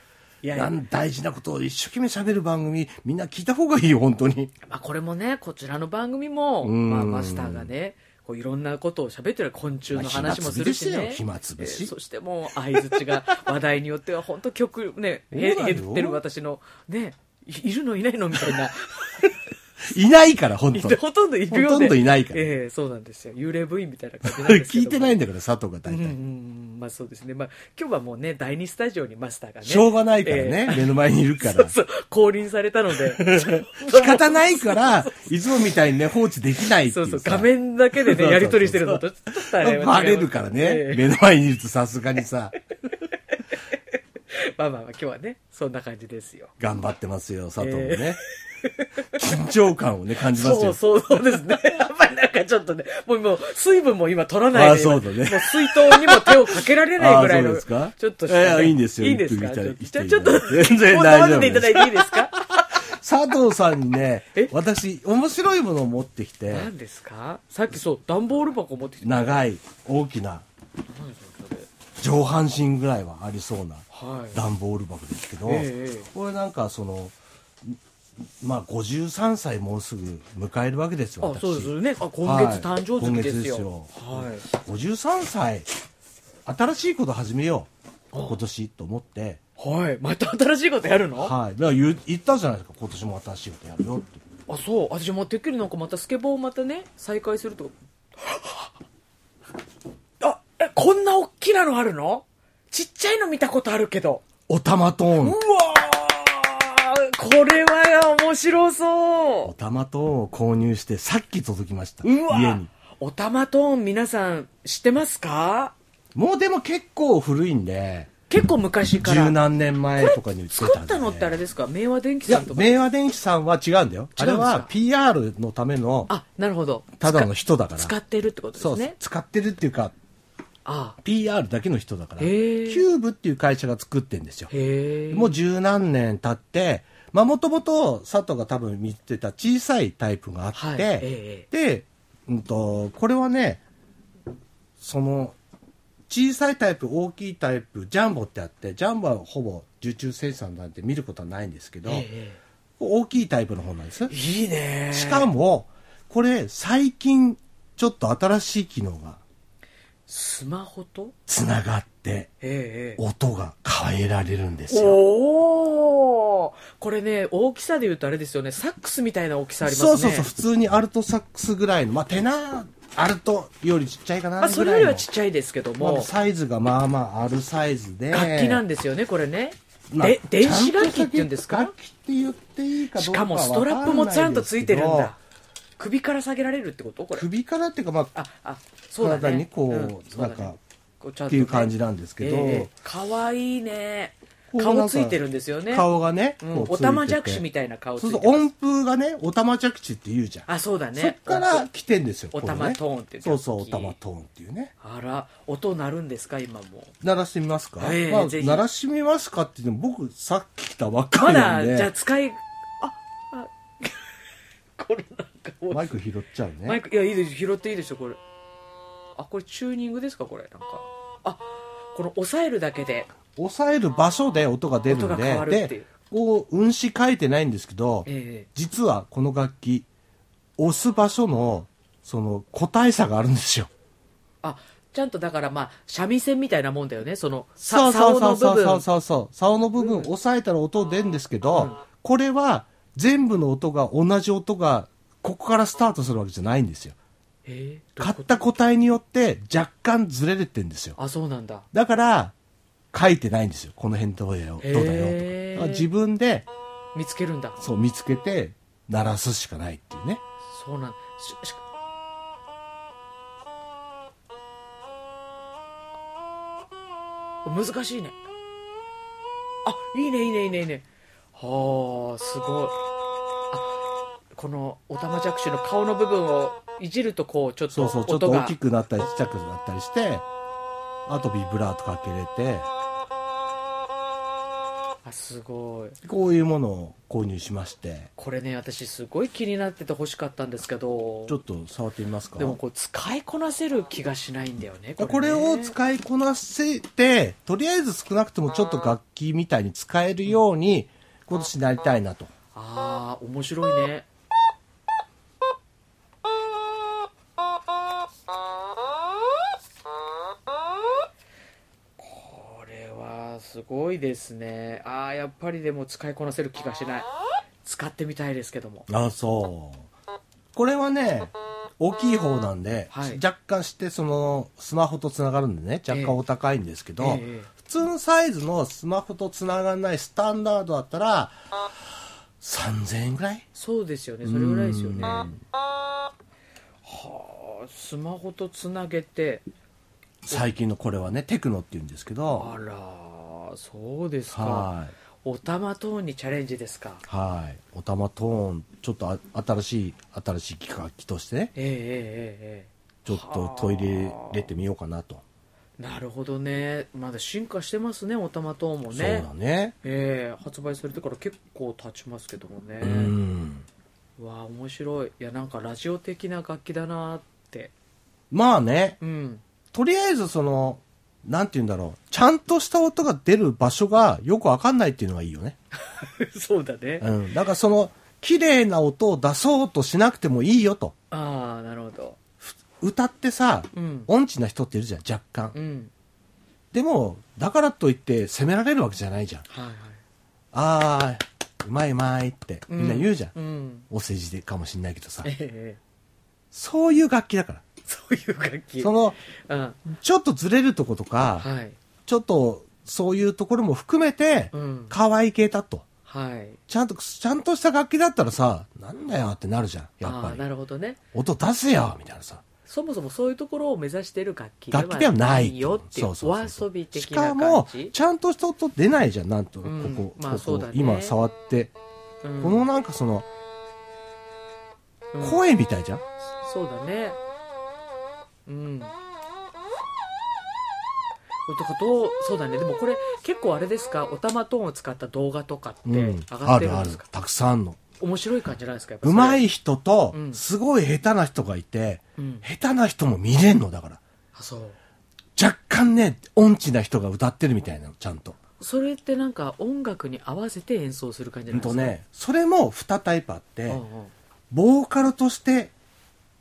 いやいやなん大事なことを一生懸命喋る番組、みんな聞いた方がいいよ、本当に。まあ、これもねこちらの番組も、んまあ、マスターがねこういろんなことを喋ってる昆虫の話もするしまあね暇つぶしだよ暇つぶしえーそしてもう相槌が話題によっては本当曲ねへそうだよ減ってる私のねいいるのいないのみたいないないから、本い当てほとんどいるよね (laughs) ほとんどいないからええそうなんですよ幽霊部員みたいな感じなんですけ (laughs) 聞どいてないんだから、佐藤が大うんうんう体。んまあそうですね。まあ今日はもうね、第二スタジオにマスターがね。しょうがないからね、目の前にいるから。 (laughs) そう降臨されたので。 (laughs) 仕方ないから、いつもみたいにね、放置できないってそいううそう、さ画面だけでそうそうね、そうやり取りしてるのと、ちょっとあれは違いますバレるからねえ、え目の前にいるとさすがにさ、まあまあまあ、今日はね、そんな感じですよ。頑張ってますよ、佐藤もね。緊張感をね、感じますそうよ。そうそうですね。 (laughs) やっぱりなんかちょっとね、もうもう水分も今取らないで、あそうだねもう水筒にも手をかけられないぐらいあそうの、ですかちょっとしたねいやいいんですよいいですか言ってみたいじゃあちょっと、全然もう大丈夫です飲んでいただいていいですか佐藤さんにねえ、私、面白いものを持ってきて、何ですかさっきそう、段ボール箱持ってきてた長い、大きな、んですよ、それ。上半身ぐらいはありそうなはい段ボール箱ですけど、ええええこれなんかその、まあ53歳もうすぐ迎えるわけですよ、あ、私。そうですよね。あ、今月誕生はい今月月ですですよよ。はい。 53歳、新しいこと始めよう、今年と思って、はい。また新しいことやるのはい。だから言う言ったじゃないですか、今年も新しいことやるよって。あそう私もてっきりなんかまたスケボーをまたね再開すると (laughs) あえこんな大きなのあるのちっちゃいの見たことあるけどおたまトーうンわ。ーこれは面白おそたまトーンを購入して、さっき届きました。ううわ家に。おたまトーン皆さん知ってますかもうでも結構古いんで、結構昔か十ら何年前とかに売ってたんで作ったのってあれですか明和電機いさやんと、か明和電機さんは違うんだ違よ。うんあでれすかは PR のための、あなるほどただの人だから。使ってるってことでそうすそうね使ってるっていうか、あ PR だけの人だから。へキーューブっていう会社が作ってんですよ。へえもう十何年経って、まあもともと佐藤が多分見てた小さいタイプがあって、はいえで、うんと、これはね、その、小さいタイプ、大きいタイプ、ジャンボってあって、ジャンボはほぼ受注生産なんて見ることはないんですけど、え大きいタイプの方なんです。えいいねしかも、これ最近ちょっと新しい機能がスマホとつながって、ええ音が変えられるんですよ。おおこれね大きさで言うとあれですよねサックスみたいな大きさありますねそうそうそう、普通にアルトサックスぐらいの、まあ、テナー、アルトよりちっちゃいかなまぐあ、らいの。それよりはちっちゃいですけどまあも、サイズがまあまああるサイズで。楽器なんですよねこれね、まあで電子楽器っていうんですちかゃと楽器って言っていいかどしうかかもわかんないですスけどトラップもちゃんとついてるんだ。首から下げられるってことこれ首からっていうか、まあ、ああそうだね体にこうそうだねなんかこうちゃんとってねいう感じなんですけど、ええかわいいねこうなん顔かついてるんですよね顔がね、うんこうついてておたまじゃくしみたいな顔ついてそうそう、ます音符がね、おたまじゃくしって言うじゃん。あそうだねそっから来てんですよ、おこれねお玉トーンってそうそう、お楽器たまトーンっていうね。あら音鳴るんですか今も鳴らしてみますか、ええまあ、ぜひ鳴らしてみますかって言っても、僕、さっき来たばっかまりなんだで、じゃあ使いああこれなんかもうマイク拾っちゃうね。マイクいやいいです拾っていいですよこれあこれチューニングですかこれなんかあこの押さえるだけで押さえる場所で音が出るん音が変わるってで、いうで、こう、運指書いてないんですけど、え実はこの楽器、押す場所の、その、個体差があるんですよ。えあちゃんとだからまあ三味線みたいなもんだよねそのそさう竿そうその部うそうそう分そうそう。竿の部分、押さえたら音出るんですけど、これは、全部の音が、同じ音が、ここからスタートするわけじゃないんですよ。ええどうい買うっことた個体によって、若干ずれてんですよ。あそうなんだだから、書いてないんですよ。この辺どうだよ、どうだよとか。へーだから自分で、見つけるんだそう、見つけて、鳴らすしかないっていうね。そうなんしし難しいねあいいねいいねいいねいいねはあすごいあこのおたまじゃくしの顔の部分をいじるとこうちょっとそう音がそう、ちょっと大きくなったり、ちっちゃくなったりして、あとビブラートかけれあすごいて、こういうものを購入しまして、これね私すごい気になってて欲しかったんですけどちょっと触ってみますかでもこう使いこなせる気がしないんだよねこれねを使いこなせて、とりあえず少なくともちょっと楽器みたいに使えるように、今年なりたいなと。ああ面白いねこれはすごいですねああやっぱりでも使いこなせる気がしない使ってみたいですけども。あそうこれはね大きい方なんで、はい若干してそのスマホとつながるんでね若ええ干お高いんですけど、ええ普通のサイズのスマホとつながらないスタンダードだったら3000円ぐらいそうですよね。それぐらいですよね。うんはあ、スマホとつなげて。最近のこれはねテクノって言うんですけどあら、そうですか。はいお玉トーンにチャレンジですか。はいおたまトーンちょっとあ新しい新しい機械機としてねえええええちょっと取り入れてみようかなと、えなるほどね。まだ進化してますね、お玉トーンもね。そうだねええ発売されてから結構経ちますけどもね。うんわあ、面白い。いや、なんかラジオ的な楽器だなって。まあねうん。 (laughs) とりあえずその、なんて言うんだろう。ちゃんとした音が出る場所がよくわかんないっていうのがいいよね。そうだね。うん。だからその、綺麗な音を出そうとしなくてもいいよと。ああ、なるほど。歌ってさ、うん。音痴な人っているじゃん、若干。うん。でも、だからといって責められるわけじゃないじゃん。はいはい。あー、うまいうまいってみんな言うじゃん。うん。お世辞でかもしんないけどさえ。えそういう楽器だから。そういう楽器。その、うん。ちょっとずれるとことか、はい。ちょっとそういうところも含めてう、ん。可愛い系だと。はい。ちゃんと、ちゃんとした楽器だったらさ、なんだよってなるじゃん。やっああぱー、り。なるほどね。音出せよみたいなさ。そもそもそういうところを目指している楽器では楽器ではないよっていうそうそうそうそおう遊び的しなか感もじ、ちゃんとした音出ないじゃん。なんと、こうんこ、まあここそうだね今触って。うんこのなんかその、うん声みたいじゃん。そうだねうんだからどうそうだねでもこれ結構あれですかおたまトーンを使った動画とかってうん。上があってるるんあでるすか、。たくさんあるの。面白い感じじゃないですかやっぱそれ上手い人とう、んすごい下手な人がいて、うん下手な人も見れんの、だから。あそう若干ね、音痴な人が歌ってるみたいなの、ちゃんと。それってなんか音楽に合わせて演奏する感じじゃほなんいですかとね、それも2タイプあって、うんうんボーカルとして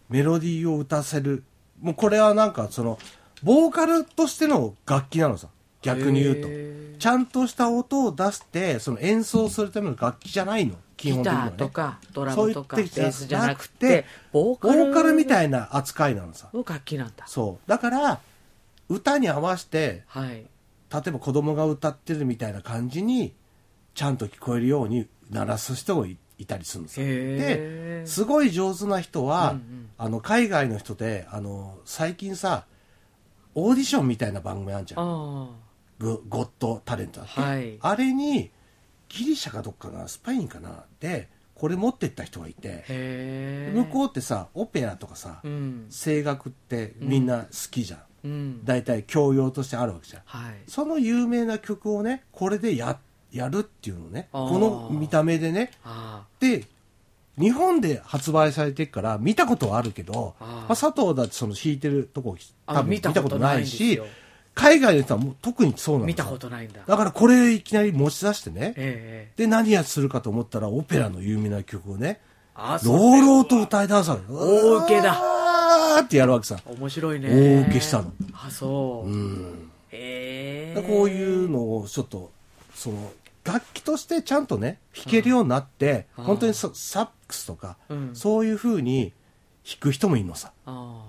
メロディーを歌わせる。もうこれはなんかその、ボーカルとしての楽器なのさ。逆に言へうーと。ちゃんとした音を出して、その演奏するための楽器じゃないの。基ギ本タ的には、ーね。とかドラムとかベそういう手じゃースじゃなくなてくてボーボカルーカルみたいな扱いなのさ。の楽器なんだそう。だから、歌に合わせて、はい例えば子供が歌ってるみたいな感じに、ちゃんと聞こえるように鳴らす人がいいたりするのさ。へーですごい上手な人は、うんうんあの海外の人であの最近さオーディションみたいな番組あんじゃんあグゴッドタレントだっけ、はいあれにギリシャかどっかなスペインかなでこれ持ってった人がいてあへえ向こうってさオペラとかさ、うん声楽ってみんな好きじゃうん、ん大体教養としてあるわけじゃんはいその有名な曲をねこれでややるっていうのねあーこの見た目でねあで日本で発売されてから見たことはあるけどあーまあ、佐藤だってその弾いてるとこあ多分見見たたここととなないんいですしよ海外の人はもう特にそうあなの見たことないんだだからこれいきなり持ち出してね、ええええで何やするかと思ったらオペラの有名な曲をねあ朗そう々と歌い出さる大受けだあーってやるわけさ面白いね大受けしたのあそううんへえこういうのをちょっとその楽器としてちゃんとね弾けるようになってあー本当にそサックスとか、うんそういう風に弾く人もいるのさあ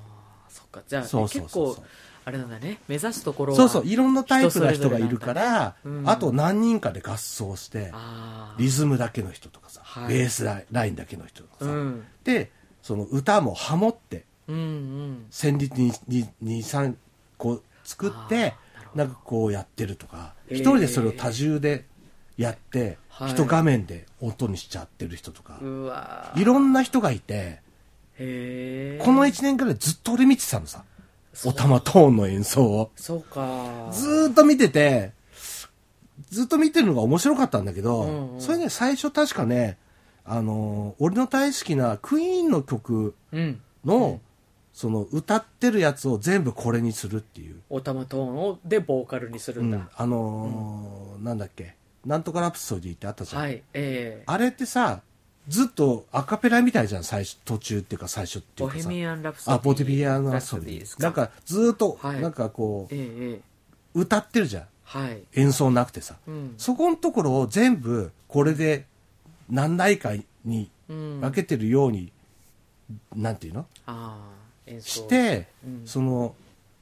あそっかじゃあそうそう結そうそう構あれなんだね目指すところはそうそういろんなタイプの人がいるからそれぞれなんだねうんあと何人かで合奏してあリズムだけの人とかさ、はいベースラインだけの人とかあうさ、んでその歌もハモってうんうん旋律ににに23個作っあーなてるほどなんかこうやってるとかへー一人でそれを多重でやってはい一画面で音にしちゃってる人とかうわいろんな人がいてへえこの1年くらいずっと俺見てたのさおたまトーンの演奏を。そうかずーっと見てて、ずっと見てるのが面白かったんだけど、うんうんそれね、最初確かね、あのー俺の大好きなクイーンの曲うんの、その歌ってるやつを全部これにするっていう。おたまトーンをでボーカルにするんだ、うんあのーなんだっけ、なんとかラプソディってあったじゃん。はいええあれってさ、ずっとアカペラみたいじゃん、最初、途中っていうか最初ってボいうかヘさ。ミアン・ラプソディあ、ボデビアのラプソデラプですィ。なんかずーっと、はいなんかこええええう、歌ってるじゃん。はい演奏なくてさ。うんそこのところを全部これで何代かにうん分けてるように、なんていうのあー演奏して、うんその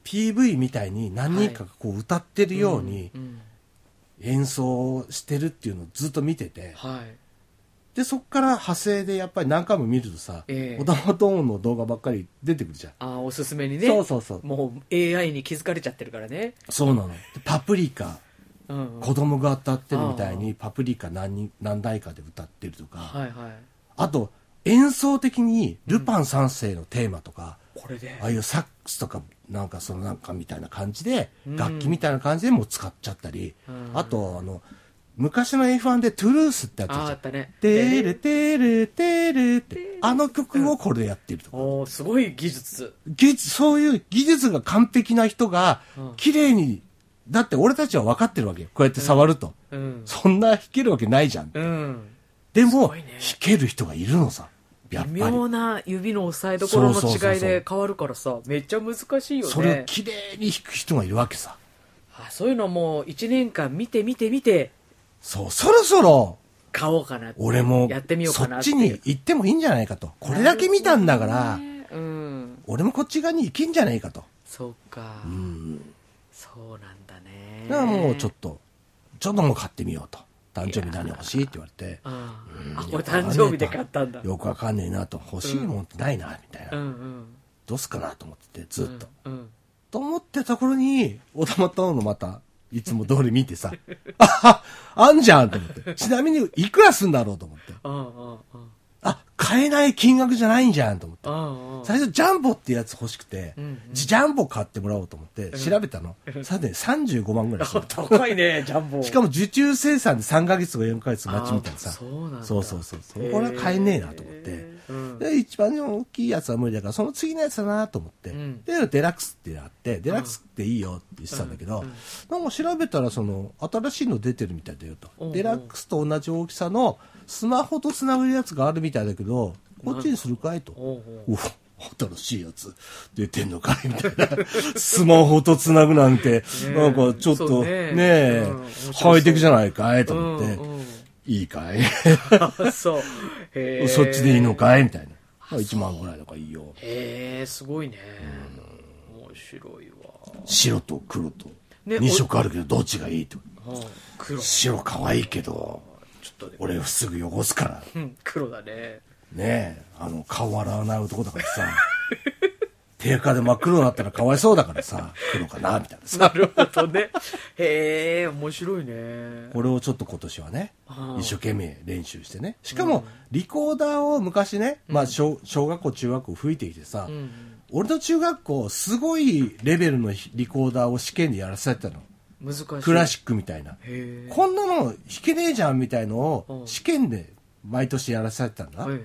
PV みたいに何人かがこう歌ってるようにんん演奏してるっていうのをずっと見てて、はいでそっから派生でやっぱり何回も見るとさ、ええオタマトーンの動画ばっかり出てくるじゃん、ああおすすめにねそうそうそうもう AI に気づかれちゃってるからね、そうなのでパプリカうんうん、子供が歌ってるみたあいにパプリカ何人何代かで歌ってるとか、はいはいあと演奏的に「ルパン三世」のテーマとか、これでああいうサックスとかなんかそのなんかみたいな感じで、うん楽器みたいな感じでもう使っちゃったり、うんあとあの昔の F1 で「トゥルース」ってやつあああじゃんったねテレテレテレってあの曲をこれでやってるとか、おーすごい技術技術そういう技術が完璧な人がうん綺麗にだって俺たちは分かってるわけよこうやって触ると、うんそんな弾けるわけないじゃんうんですもごいね弾ける人がいるのさやっ微ぱり妙な指の押さえどころそうそうそうそうの違いで変わるからさめっちゃ難しいよねそれを綺麗に弾く人がいるわけさあそういうのもう1年間見て見て見てそうそろそろ買おうかなって俺もやってみようそかなってちに行ってもいいんじゃないかとこれだけ見たんだから、なるほどねうん俺もこっち側に行けんじゃないかとそうか、うんそうなんだねだからもうちょっとちょっともう買ってみようと誕生日何欲しいって言われてあああこれ誕生日で買ったんだよくわかんねえなと欲しいもんってないなみたいな、うんうんどうすっかなと思っててずっと、うんうんと思ってた頃におたまとのまたいつも通り見てさあはあんじゃんと思ってちなみにいくらすんだろうと思ってうんうんうんあ買えない金額じゃないんじゃんと思ってうんうん最初ジャンボってやつ欲しくて、うんうんジャンボ買ってもらおうと思って調べたの、さて35万ぐらいしたの (laughs) 高いねジャンボしかもも受注生産で3ヶ月とか4ヶ月待ちみたいなさそうなんだそうそうそうそうこれは買えねえなと思って、へえうんで一番大きいやつは無理だからその次のやつだなと思って、うんでデラックスっていうのがあってデラックスっていいよって言ってたんだけど、なんか調べたらその新しいの出てるみたいだよと、うんうんデラックスと同じ大きさのスマホとつながるやつがあるみたいだけどこっちにするかいと。おうおうお新しいやつ出てんのかいみたいな。スマホとつなぐなんて、えなんかちょっそとうねねえうん面白そうハイテクじゃないかいとう思んって、 (laughs) うんいいかいあそうへえそっちでいいのかいみたいな。1万ぐらいだからいいよ。へえすごいね面白いわ白と黒と。ね2色あるけどどっちがいいと。うん黒ち白可愛いけど、ょっとね俺すぐ汚すから。うん黒だねねえ、あの、顔洗わない男だからさ。 (laughs) 定価で真っ黒になったらかわいそうだからさ、黒かなみたいな (laughs) さ。なるほどねへえ面白いねこれをちょっと今年はねあ、あ一生懸命練習してね。しかも、リコーダーを昔ね、まあ小、小学校、中学校吹いてきてさ、うん俺の中学校、すごいレベルのリコーダーを試験でやらされてたの。難しいクラシックみたいな。へえこんなの弾けねえじゃんみたいのうをん試験で毎年やらされてたんだはい。はい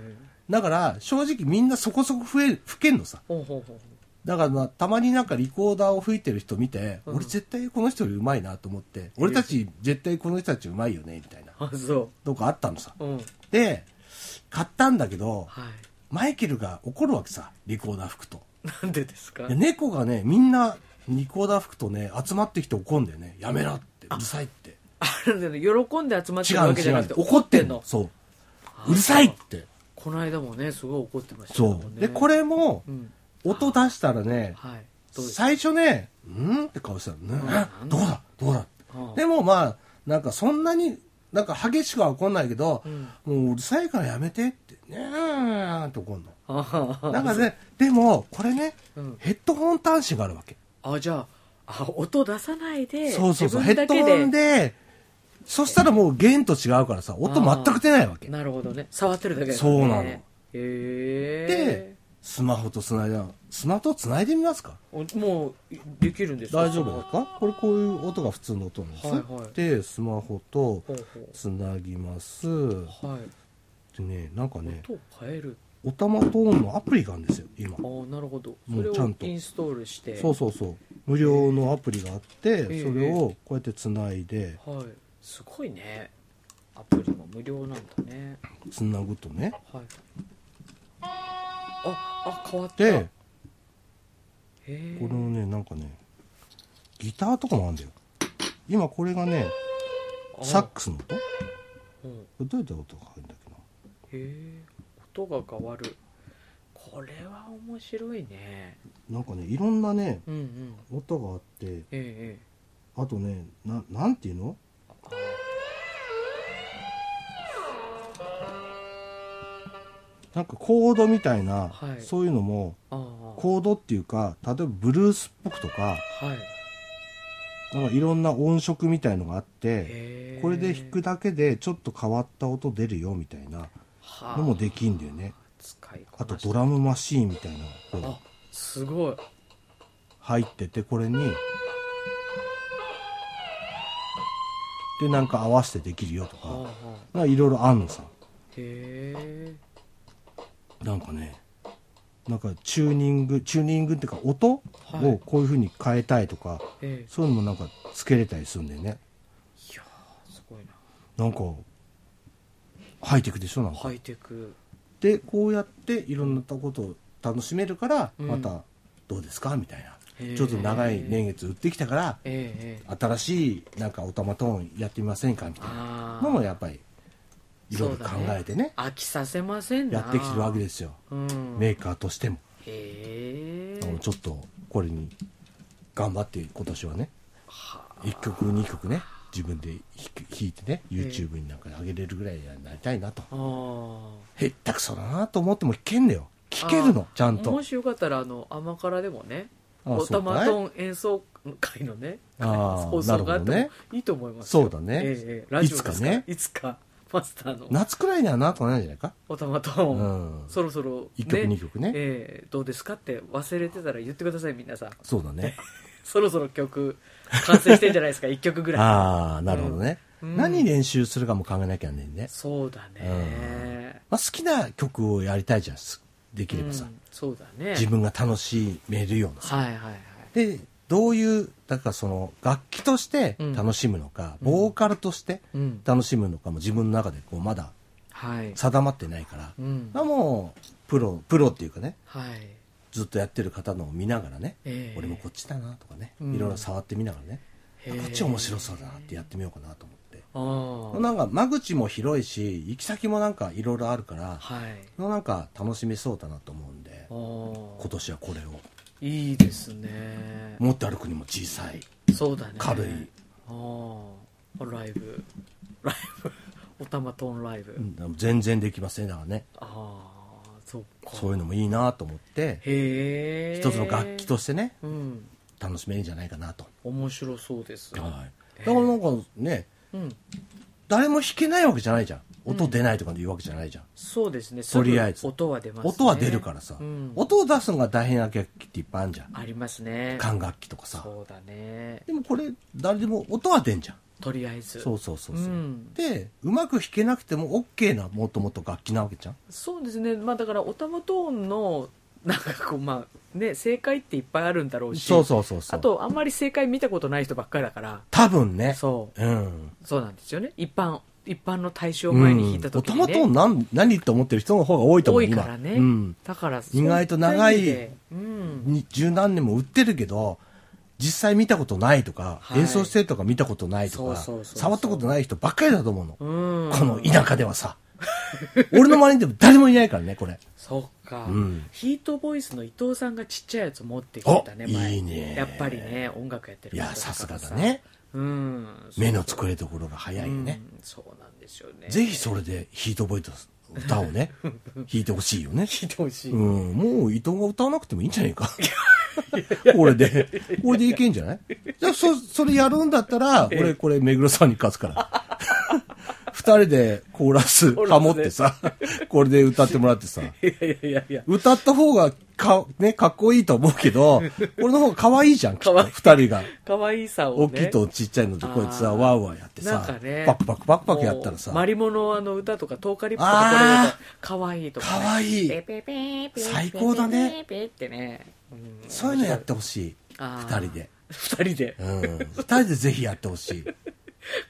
だから、正直みんなそこそこ吹え吹けんのさ。ほうほうほうだからなたまになんかリコーダーを吹いてる人見て、俺絶対この人より上手いなと思って、俺たち絶対この人たち上手いよね、みたいな。あそとかあったのさ。ううんで、買ったんだけど、はマイケルが怒るわけさ、リコーダー吹くと。いなんでですかで猫がね、みんなリコーダー吹くとね、集まってきて怒るんだよね。やめろって、うるさいって。あれだね喜んで集まって違るわうけじ違ゃうなっくてて怒ってんのの。そう。うるさいって。この間もねすごい怒ってましたもそんう。ねで、これもう、ん音出したらね、はいどうです最初ね、うんって顔したのね。うえんどこだどこだうんでもまあ、なんかそんなに、なんか激しくは怒んないけど、うんもううるさいからやめてって、ねーって怒んの。ああなんかね、でも、これね、うんヘッドホン端子があるわけ。あじゃああ音出さないでそうそうそう、ヘ自分ッだけドでホンで、そしたらもう弦と違うからさ、音全く出ないわけ。なるほどね触ってるだけだそうなのへえで、スマホとつないだ、スマホとつないでみますかでもうできるんですか大丈夫ですかこれこういう音が普通の音なんです。はいはいで、スマホとほうほつなぎます。うはいでね、なんかね、音を変えるおたまトーンのアプリがあるんですよ、今あ。あなるほどもそうれちゃをんとインストールしてそうそうそう無料のアプリがあって、ええそれをこうやってつないではいすごいねアプリも無料なんだねつなぐとねはいああ変わったでへこれのねなんかねギターとかもあるんだよ今これがねサックスの音こうんれどうやって音が入るんだっけなえ音が変わるこれは面白いねなんかねいろんなねうんうん音があってええあとねななんていうのええなんかコードみたいな、はいそういうのもああコードっていうか例えばブルースっぽくとかあはいなんかいろんな音色みたいのがあって、へえこれで弾くだけでちょっと変わった音出るよみたいなはあのもできんだよね使いこあなとしてドラムマシーンみたいなのがこあうすごい入っててこれにでなんか合わせてできるよとはあかはあなんかいろいろあんのさへえなんかねなんかチューニングチューニングっていうか音をはいこういう風に変えたいとか、ええそういうのもなんかつけれたりするんだよねいやーすごいななんかハイテクでしょなんか、ハイテクでこうやっていろんなことを楽しめるから、うんまたどうですかみたいなへーちょっと長い年月売ってきたからええええ新しいなんかおたまトーンやってみませんかみたいなあのあもやっぱりいろいろ考えてね飽きさせませんなやってきてるわけですようんメーカーとしても、へえあのちょっとこれに頑張って今年はねはあ1曲2曲ね自分で弾く弾いてね YouTube になんか上げれるぐらいになりたいなとあーへったくそだなと思っても弾けんだよ弾けるのちゃんともしよかったらあの甘辛でもねあオタマそうかトいーン演奏会のねあー放送があってなるもほいいと思いますそうだええねええラジオですからいつかねいつかマスターの夏くらいにはなんとかなるんじゃないかオタマトーうン、んそろそろ、ね、一曲二曲ねええどうですかって忘れてたら言ってください皆さんそうだ (laughs) ねそろそろ曲完成してんじゃないですか1 (laughs) 曲ぐらいああなるほどねうん何練習するかも考えなきゃねんねそうだねまあ好きな曲をやりたいじゃんすできればさうんそうだね自分が楽しめるようなさはいはいはいでどういうだからその楽器として楽しむのかうんボーカルとしてうん楽しむのかも自分の中でこうまだはい定まってないからうんまあもうプロプロっていうかねはいずっとやってる方のを見ながらね、ええ俺もこっちだなとかね、うんいろいろ触ってみながらね、へあえこっち面白そうだなってやってみようかなと思って、ああなんか間口も広いし行き先もなんかいろいろあるから、はいなんか楽しめそうだなと思うんあで今年はこれをあいいですね持って歩くにも小さいそうだね軽いああライブライブ (laughs) おたまトーンライブ、うん全然できますねだからねああそっかそういうのもいいなと思ってへえ一つの楽器としてねうん楽しめるんじゃないかなと、面白そうですはい、だからなんかねうん誰も弾けないわけじゃないじゃん音出ないとかいうわけじゃないじゃんそうですねとりあえずすぐ音は出ますね音は出るからさ、うん音を出すのが大変な楽器っていっぱいあるじゃんありますね管楽器とかさそうだねでもこれ誰でも音は出んじゃんとりあえずそうそうそうそう、うんでうまく弾けなくても OK なもっともっと楽器なわけじゃんそうですねまあだからおたまトーンのなんかこうまあね正解っていっぱいあるんだろうしそうそうそうそうあとあんまり正解見たことない人ばっかりだから多分ねそううんうそうなんですよね一般一般の対象前に引いた時うんに、音ねもと何何と思ってる人の方が多いと思多ういからね、今うん、だから意外と長いそうった意味でうん、に十何年も売ってるけど実際見たことないとか、はい演奏してるとか見たことないとかそうそうそうそう触ったことない人ばっかりだと思うの、うん、この田舎ではさ (laughs) 俺の周りにでも誰もいないからねこれそっか、うんヒートボイスの伊藤さんがちっちゃいやつ持ってきてたねお前いいねやっぱりね音楽やってるい方やとかさすがださねうん目の作れどころが早いよね、、うんそうなんですよねぜひそれでヒートボイト歌をね弾いてほしいよね聞いてほしい、うんもう伊藤が歌わなくてもいいんじゃないかこれでこれでいけんじゃないじゃあそそれやるんだったら俺これ目黒さんに勝つから (laughs) 二人でコーラスハモってさこれで歌ってもらってさいやいやいやいや歌った方がか,、ね、かっこいいと思うけど俺の方が可愛いじゃんきっと可愛い二人が可愛さを、ね、大きいとちっちゃいのでこいつはワーワーやってなんさ、かねパクパクパクパクやったらさもうマリモのあの歌とか、トーカリップとか、これだとあ、かわいいとか、かわいいペペペペ最高だね。ペペペってね。うんそういうのやってほしいあ二ー人で二人でう。ん二人でぜひやってほしい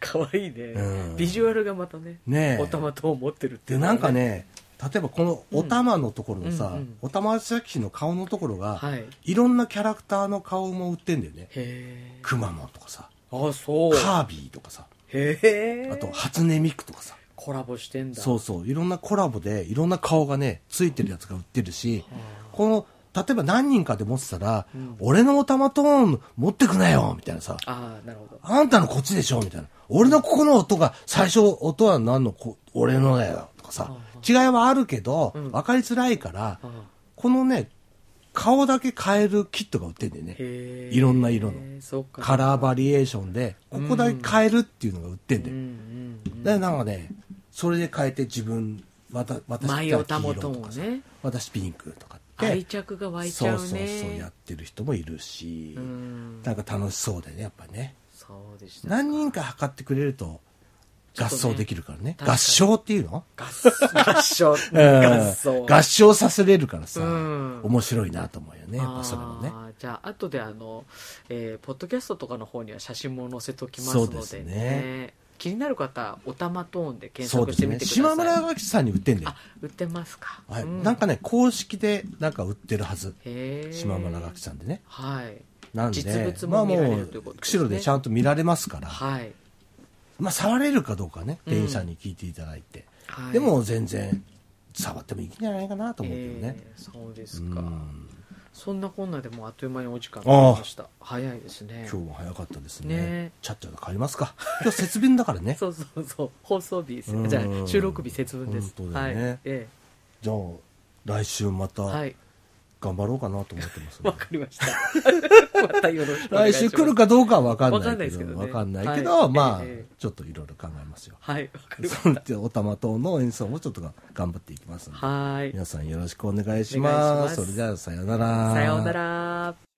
かわいいねうん。ビジュアルがまたね、ねえお玉と持ってるっていでうのがなんか、ね例えばこのお玉のところのさ、うんうんうんお玉崎の顔のところが、はい。へい、ろんなキャラクターの顔も売ってんだよねえ。くまモンとかさあ、そう。カービィとかさへえ。あと初音ミクとかさコラボしてんだそうそう。いろんなコラボで、いろんな顔がね、ついてるやつが売ってるし、この、例えば何人かで持ってたら、俺のオタマトーン持ってくなよみたいなさ、ああなるほどあんたのこっちでしょみたいな。俺のここの音が、最初音は何のこ、俺のだよとかさ、違いはあるけど、分かりづらいから、このね、顔だけ変えるキットが売ってんだよね。へえいろんな色のそうかカラーバリエーションで、ここだけ変えるっていうのが売ってんだよう。んうんで、なんかね、それで変えて自分、わた私舞がを黄保色ととんをかさ、ね私ピンクとかって。愛着が湧いちゃうねそうそうそうやってる人もいるし、んなんか楽しそうだよね、やっぱね。そうでした何人か測ってくれると合奏できるからね。ちょっとね合唱っていうの合唱合唱 (laughs) うん合奏合唱させれるからさ、うん面白いなと思うよね、やっぱそれもね。あーじゃあ後であの、えーポッドキャストとかの方には写真も載せときますそうのですでねね気になる方おたまトーンで検そう索でしすてみね。てください、島村明さんに売ってんだよあ。売ってますか、はい、うんなんかね、公式でなんか売ってるはず。へー島村楽さんでね。はいなんで、実物まあも見もられるうということ、ですね釧路でちゃんと見られますから、はいまあ触れるかどうかね、うん店員さんに聞いていただいはて。いでも全然、触ってもいいんじゃないかなと思うけどね。えーそうですか、うんそんなこんなでもうあっという間にお時間が来ました早いですね今日は早かったですねねえ。ちゃっちゃと帰りますか。今日節分だからね。 (laughs) そうそうそう放送日ですうんじゃあ収録日節分です本当だよねはいえじゃあ、来週またえはい頑張ろうかなと思ってますね、わかりました (laughs) またよろしくお願い来しま週す来るかどうかは分かんないけど、わ分かかんんなないいですけどねけど、はいまあ、ええちょっといろいろ考えますよ。はいわかりましそうでおたま党の演奏もちょっとが頑張っていきますのでたはい皆さんよろしくお願いしお願いしまますす。それではさようなら。さようなら